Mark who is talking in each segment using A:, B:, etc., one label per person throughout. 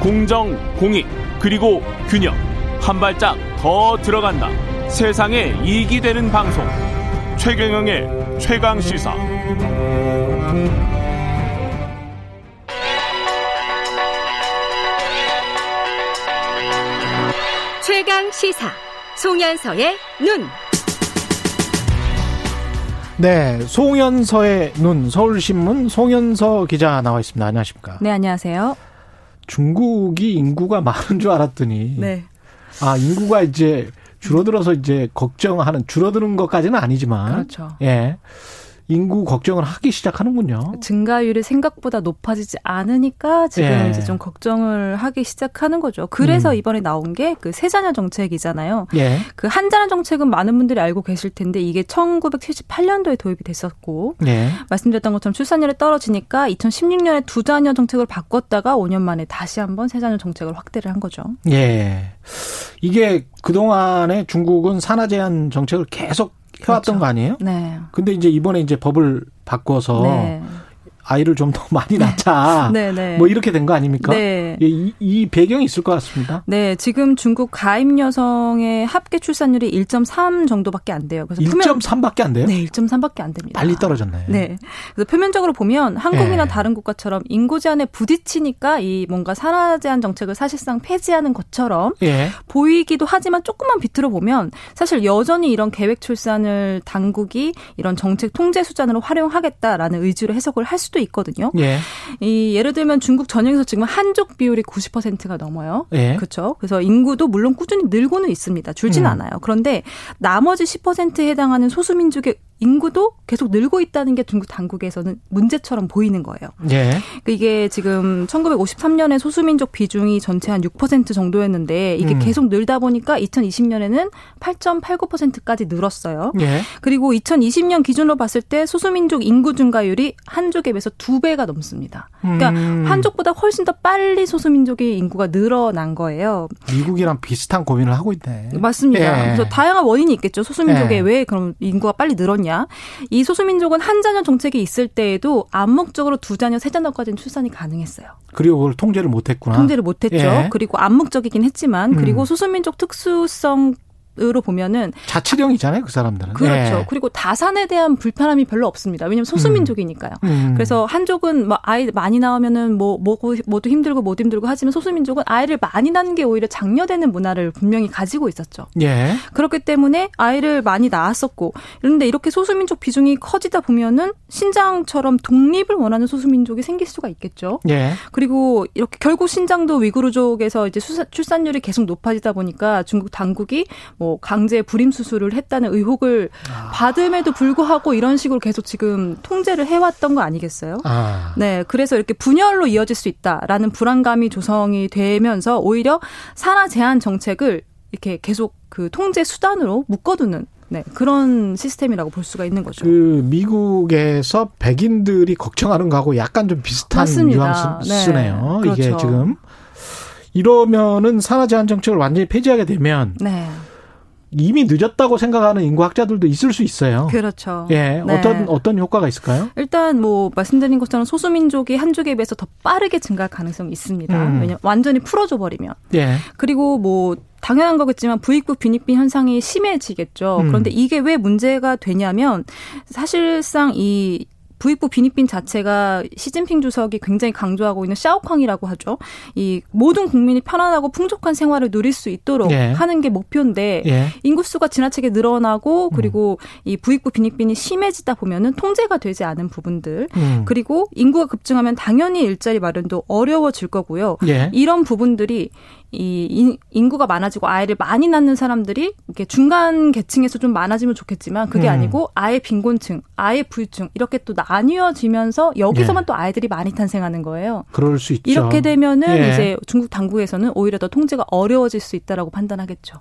A: 공정, 공익, 그리고 균형. 한 발짝 더 들어간다. 세상에 이익이 되는 방송. 최경영의 최강 시사.
B: 최강 시사 송현서의 눈.
C: 네, 송현서의 눈 서울신문 송현서 기자 나와 있습니다. 안녕하십니까?
D: 네, 안녕하세요.
C: 중국이 인구가 많은 줄 알았더니
D: 네.
C: 아 인구가 이제 줄어들어서 이제 걱정하는 줄어드는 것까지는 아니지만
D: 그렇죠.
C: 예 인구 걱정을 하기 시작하는군요.
D: 그렇죠. 증가율이 생각보다 높아지지 않으니까 지금
C: 예.
D: 이제 좀 걱정을 하기 시작하는 거죠. 그래서
C: 음.
D: 이번에 나온 게 그 세자녀 정책이잖아요.
C: 예,
D: 그 한자녀 정책은 많은 분들이 알고 계실 텐데 이게 1978년도에 도입이 됐었고
C: 예,
D: 말씀드렸던 것처럼 출산율이 떨어지니까 2016년에 두 자녀 정책을 바꿨다가 5년 만에 다시 한번 세 자녀 정책을 확대를 한 거죠.
C: 예. 이게 그 동안에 중국은 산하 제한 정책을 계속 해왔던
D: 그렇죠.
C: 거 아니에요?
D: 네.
C: 근데 이제 이번에 이제 법을 바꿔서
D: 네.
C: 아이를 좀 더 많이 낳자.
D: 네, 네.
C: 뭐 이렇게 된 거 아닙니까?
D: 네.
C: 예, 이, 이 배경이 있을 것 같습니다.
D: 네, 지금 중국 가입 여성의 합계 출산율이 1.3 정도밖에 안 돼요. 그래서 표면
C: 1.3밖에 안 돼요?
D: 네, 1.3밖에 안 됩니다.
C: 빨리 떨어졌네.
D: 네. 그래서 표면적으로 보면 한국이나
C: 네.
D: 다른 국가처럼 인구 제한에 부딪히니까 이 뭔가 산화 제한 정책을 사실상 폐지하는 것처럼
C: 예.
D: 보이기도 하지만 조금만 비틀어 보면 사실 여전히 이런 계획 출산을 당국이 이런 정책 통제 수단으로 활용하겠다라는 의지로 해석을 할 수도 있거든요.
C: 예.
D: 이 예를 들면 중국 전역에서 지금 한족 비율이 90%가 넘어요.
C: 예.
D: 그렇죠. 그래서 인구도 물론 꾸준히 늘고는 있습니다. 줄진
C: 음.
D: 않아요. 그런데 나머지 10%에 해당하는 소수민족의 인구도 계속 늘고 있다는 게 중국 당국에서는 문제처럼 보이는 거예요.
C: 예.
D: 그러니까 이게 지금 1953년에 소수민족 비중이 전체 한 6% 정도였는데 이게
C: 음.
D: 계속 늘다 보니까 2020년에는 8.89%까지 늘었어요.
C: 예.
D: 그리고 2020년 기준으로 봤을 때 소수민족 인구 증가율이 한족에 비해서 두 배가 넘습니다. 그러니까
C: 음.
D: 한족보다 훨씬 더 빨리 소수민족의 인구가 늘어난 거예요.
C: 미국이랑 비슷한 고민을 하고 있네.
D: 맞습니다.
C: 예.
D: 그래서 다양한 원인이 있겠죠. 소수민족에
C: 예.
D: 왜 그럼 인구가 빨리 늘었냐? 이 소수민족은 한 자녀 정책이 있을 때에도 암묵적으로 두 자녀, 세 자녀까지는 출산이 가능했어요.
C: 그리고 그걸 통제를 못 했구나.
D: 통제를 못했죠.
C: 아, 예.
D: 그리고 암묵적이긴 했지만
C: 음.
D: 그리고 소수민족 특수성 으로 보면은
C: 자치령이잖아요, 그 사람들은.
D: 그렇죠.
C: 예.
D: 그리고 다산에 대한 불편함이 별로 없습니다. 왜냐하면 소수민족이니까요.
C: 음.
D: 그래서 한족은 뭐 아이 많이 낳으면은 뭐 뭐고 뭐도 힘들고 뭐도 힘들고 하지만 소수민족은 아이를 많이 낳는 게 오히려 장려되는 문화를 분명히 가지고 있었죠.
C: 예.
D: 그렇기 때문에 아이를 많이 낳았었고 그런데 이렇게 소수민족 비중이 커지다 보면은 신장처럼 독립을 원하는 소수민족이 생길 수가 있겠죠.
C: 예.
D: 그리고 이렇게 결국 신장도 위구르족에서 이제 수사- 출산율이 계속 높아지다 보니까 중국 당국이 뭐 강제 불임 수술을 했다는 의혹을 받음에도 불구하고 이런 식으로 계속 지금 통제를 해왔던 거 아니겠어요?
C: 아.
D: 네, 그래서 이렇게 분열로 이어질 수 있다라는 불안감이 조성이 되면서 오히려 산하 제한 정책을 이렇게 계속 그 통제 수단으로 묶어두는 네, 그런 시스템이라고 볼 수가 있는 거죠.
C: 그 미국에서 백인들이 걱정하는 거하고 약간 좀 비슷한
D: 맞습니다. 네.
C: 뉘앙스네요. 이게
D: 그렇죠.
C: 지금 이러면은 산하 제한 정책을 완전히 폐지하게 되면
D: 네,
C: 이미 늦었다고 생각하는 인구학자들도 있을 수 있어요.
D: 그렇죠.
C: 예,
D: 네.
C: 어떤 어떤 효과가 있을까요?
D: 일단 뭐 말씀드린 것처럼 소수민족이 한족에 비해서 더 빠르게 증가할 가능성이 있습니다.
C: 음.
D: 왜냐 완전히 풀어줘 버리면
C: 예,
D: 그리고 뭐 당연한 거겠지만 부익부 빈익빈 현상이 심해지겠죠.
C: 음.
D: 그런데 이게 왜 문제가 되냐면 사실상 이 부익부 빈익빈 자체가 시진핑 주석이 굉장히 강조하고 있는 샤오캉이라고 하죠. 이 모든 국민이 편안하고 풍족한 생활을 누릴 수 있도록
C: 예.
D: 하는 게 목표인데
C: 예, 음.
D: 인구수가 지나치게 늘어나고 그리고 이 부익부 빈익빈이 심해지다 보면은 통제가 되지 않은 부분들
C: 음.
D: 그리고 인구가 급증하면 당연히 일자리 마련도 어려워질 거고요.
C: 예,
D: 이런 부분들이 이 인- 인구가 많아지고 아이를 많이 낳는 사람들이 이렇게 중간 계층에서 좀 많아지면 좋겠지만 그게
C: 음.
D: 아니고 아예 빈곤층, 아예 부유층 이렇게 또 나뉘어지면서 여기서만 또 아이들이 많이 탄생하는 거예요.
C: 예. 그럴 수 있죠.
D: 이렇게 되면은
C: 예.
D: 이제 중국 당국에서는 오히려 더 통제가 어려워질 수 있다라고 판단하겠죠.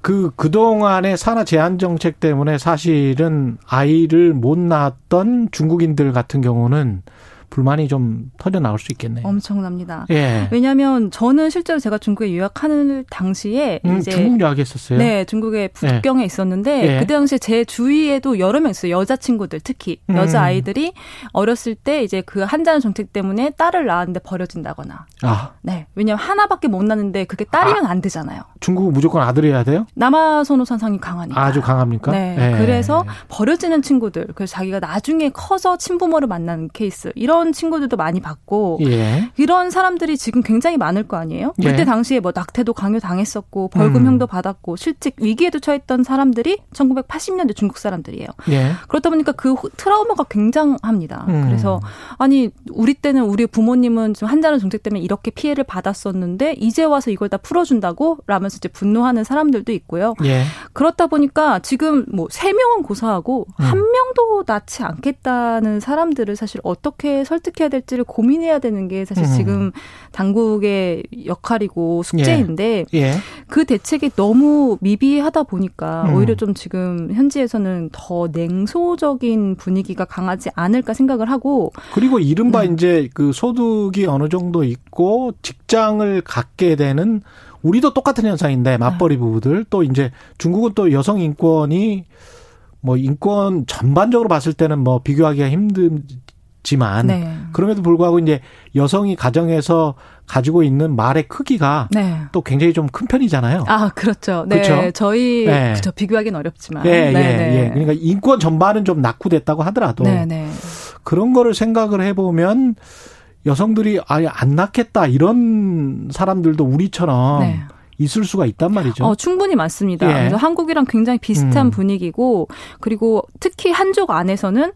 C: 그그 동안의 산하 제한 정책 때문에 사실은 아이를 못 낳았던 중국인들 같은 경우는 불만이 좀 터져 나올 수 있겠네요.
D: 엄청납니다.
C: 예.
D: 왜냐하면 저는 실제로 제가 중국에 유학하는 당시에
C: 음,
D: 이제
C: 중국 유학했었어요.
D: 네, 중국의 북경에 있었는데
C: 예.
D: 그때 당시에 제 주위에도 여러 명 있어요. 여자 친구들 특히
C: 음.
D: 여자 아이들이 어렸을 때 이제 그 한자는 정책 때문에 딸을 낳았는데 버려진다거나.
C: 아,
D: 네, 왜냐면 하나밖에 못 낳는데 그게 딸이면 안 되잖아요.
C: 중국은 무조건 아들이어야 돼요?
D: 남아 선호 선상이 강하니까.
C: 아주 강합니까?
D: 네,
C: 예.
D: 그래서 버려지는 친구들, 그래서 자기가 나중에 커서 친부모를 만나는 케이스 이런 친구들도 많이 봤고
C: 예.
D: 이런 사람들이 지금 굉장히 많을 거 아니에요?
C: 예.
D: 그때 당시에 뭐 낙태도 강요당했었고 벌금형도 받았고 실직 위기에도 처했던 사람들이 1980년대 중국 사람들이에요.
C: 예.
D: 그렇다 보니까 그 호- 트라우마가 굉장합니다.
C: 음.
D: 그래서 아니 우리 때는 우리 부모님은 좀 한자는 정책 때문에 이렇게 피해를 받았었는데 이제 와서 이걸 다 풀어준다고 라면서 이제 분노하는 사람들도 있고요.
C: 예. 그
D: 그렇다 보니까 지금 뭐 세 명은 고사하고
C: 음.
D: 한 명도 낳지 않겠다는 사람들을 사실 어떻게 설득해야 될지를 고민해야 되는 게 사실
C: 음.
D: 지금 당국의 역할이고 숙제인데
C: 예
D: 그 대책이 너무 미비하다 보니까
C: 음.
D: 오히려 좀 지금 현지에서는 더 냉소적인 분위기가 강하지 않을까 생각을 하고
C: 그리고 이른바
D: 음.
C: 이제 그 소득이 어느 정도 있고 직장을 갖게 되는 우리도 똑같은
D: 아.
C: 현상인데 맞벌이 부부들 또 이제 중국은 또 여성 인권이 뭐 인권 전반적으로 봤을 때는 뭐 비교하기가 힘들지만
D: 네.
C: 그럼에도 불구하고 이제 여성이 가정에서 가지고 있는 말의 크기가
D: 네.
C: 또 굉장히 좀 큰 편이잖아요.
D: 아, 그렇죠. 네.
C: 어. 그쵸?
D: 저희
C: 네.
D: 그쵸. 비교하기는 어렵지만.
C: 예, 예,
D: 네, 네.
C: 예. 그러니까 인권 전반은 좀 낙후됐다고 하더라도
D: 네, 네.
C: 그런 거를 생각을 해보면 여성들이 아예 안 낳겠다 이런 사람들도 우리처럼
D: 네.
C: 있을 수가 있단 말이죠.
D: 어, 충분히 많습니다.
C: 예.
D: 그래서 한국이랑 굉장히 비슷한
C: 음.
D: 분위기고 그리고 특히 한족 안에서는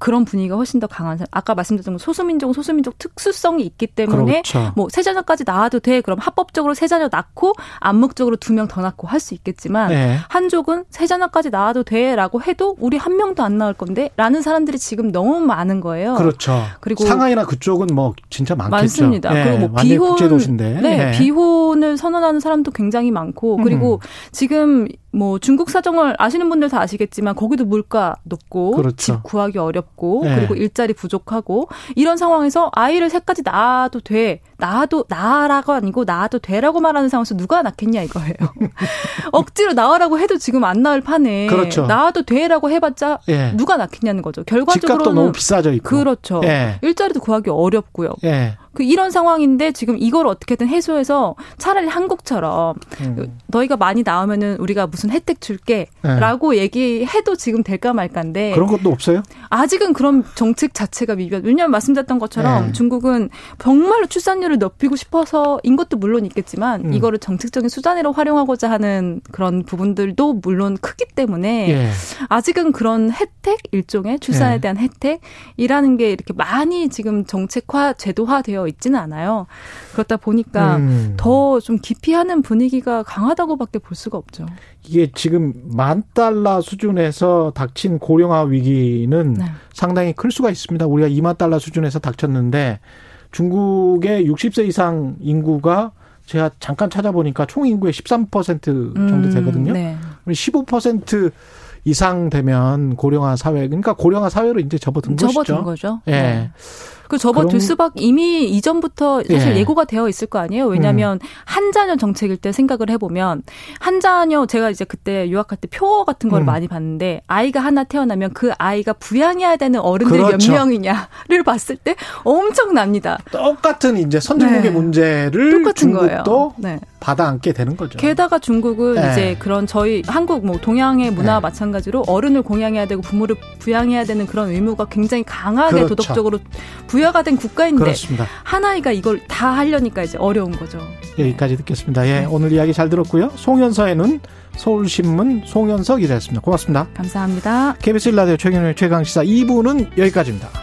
D: 그런 분위기가 훨씬 더 강한 사람. 아까 말씀드렸던 소수민족 소수민족 특수성이 있기 때문에
C: 그렇죠.
D: 뭐 세 자녀까지 낳아도 돼. 그럼 합법적으로 세 자녀 낳고 암묵적으로 두 명 더 낳고 할 수 있겠지만
C: 네.
D: 한족은 세 자녀까지 낳아도 돼라고 해도 우리 한 명도 안 낳을 건데라는 사람들이 지금 너무 많은 거예요.
C: 그렇죠.
D: 어, 그리고
C: 상하이나 그쪽은 뭐 진짜 많겠죠.
D: 많습니다.
C: 예,
D: 그리고 뭐
C: 완전히
D: 비혼-
C: 국제 도시인데.
D: 네,
C: 예.
D: 비혼을 선언하는 사람도 굉장히 많고
C: 음.
D: 그리고 지금 뭐 중국 사정을 아시는 분들 다 아시겠지만 거기도 물가 높고
C: 그렇죠.
D: 집 구하기 어렵고
C: 네.
D: 그리고 일자리 부족하고 이런 상황에서 아이를 셋까지 낳아도 돼 낳아도 낳아라고 아니고 낳아도 돼라고 말하는 상황에서 누가 낳겠냐 이거예요. 억지로 낳으라고 해도 지금 안 낳을 판에
C: 그렇죠.
D: 낳아도 돼라고 해봤자
C: 예.
D: 누가 낳겠냐는 거죠.
C: 집값도 너무
D: 결과적으로는
C: 비싸져 있고.
D: 그렇죠.
C: 예.
D: 일자리도 구하기 어렵고요.
C: 예.
D: 그 이런 상황인데 지금 이걸 어떻게든 해소해서 차라리 한국처럼
C: 음.
D: 너희가 많이 나오면은 우리가 무슨 혜택
C: 네.
D: 줄게라고 얘기해도 지금 될까 말까인데
C: 그런 것도 없어요?
D: 아직은 그런 정책 자체가 미비한 왜냐하면 말씀드렸던 것처럼
C: 네.
D: 중국은 정말로 출산율을 높이고 싶어서인 것도 물론 있겠지만
C: 음.
D: 이거를 정책적인 수단으로 활용하고자 하는 그런 부분들도 물론 크기 때문에
C: 예.
D: 아직은 그런 혜택 일종의 출산에
C: 네.
D: 대한 혜택이라는 게 이렇게 많이 지금 정책화 제도화되어 있지는 않아요. 그렇다 보니까
C: 음.
D: 더 좀 기피하는 분위기가 강하다고밖에 볼 수가 없죠.
C: 이게 지금 만 달러 수준에서 닥친 고령화 위기는
D: 네.
C: 상당히 클 수가 있습니다. 우리가 2만 달러 수준에서 닥쳤는데 중국의 60세 이상 인구가 제가 잠깐 찾아보니까 총 인구의 13%그 정도
D: 음,
C: 되거든요.
D: 네.
C: 그럼 15% 이상 되면 고령화 사회, 그러니까 고령화 사회로 이제 접어든
D: 접어든
C: 것이죠.
D: 거죠.
C: 예.
D: 네. 그 접어들
C: 그런-
D: 수밖 이미 이전부터 사실
C: 예. 음.
D: 예. 고가 되어 있을 거 아니에요. 왜냐하면 한 자녀 정책일 때 생각을 해보면 한 자녀 제가 이제 그때 유학할 때 표어 같은 걸
C: 음.
D: 많이 봤는데 아이가 하나 태어나면 그 아이가 부양해야 되는 어른들이
C: 그렇죠.
D: 몇 명이냐를 봤을 때 엄청납니다.
C: 똑같은 이제 선진국의
D: 네.
C: 문제를
D: 똑같은 거예요.
C: 음, 중국도
D: 네.
C: 받아안게 되는 거죠.
D: 게다가 중국은
C: 네.
D: 이제 그런 저희 한국 뭐 동양의 문화와
C: 네.
D: 마찬가지로 어른을 공양해야 되고 부모를 부양해야 되는 그런 의무가 굉장히 강하게
C: 그렇죠.
D: 도덕적으로 부여가 된 국가인데
C: 그렇습니다.
D: 하나이가 이걸 다 하려니까 이제 어려운 거죠.
C: 네. 여기까지 듣겠습니다. 예, 오늘 이야기 잘 들었고요. 송현서의 눈, 서울신문 송현서 기자였습니다. 고맙습니다.
D: 감사합니다.
C: KBS 1라디오 최경영의 최강시사 2부는 여기까지입니다.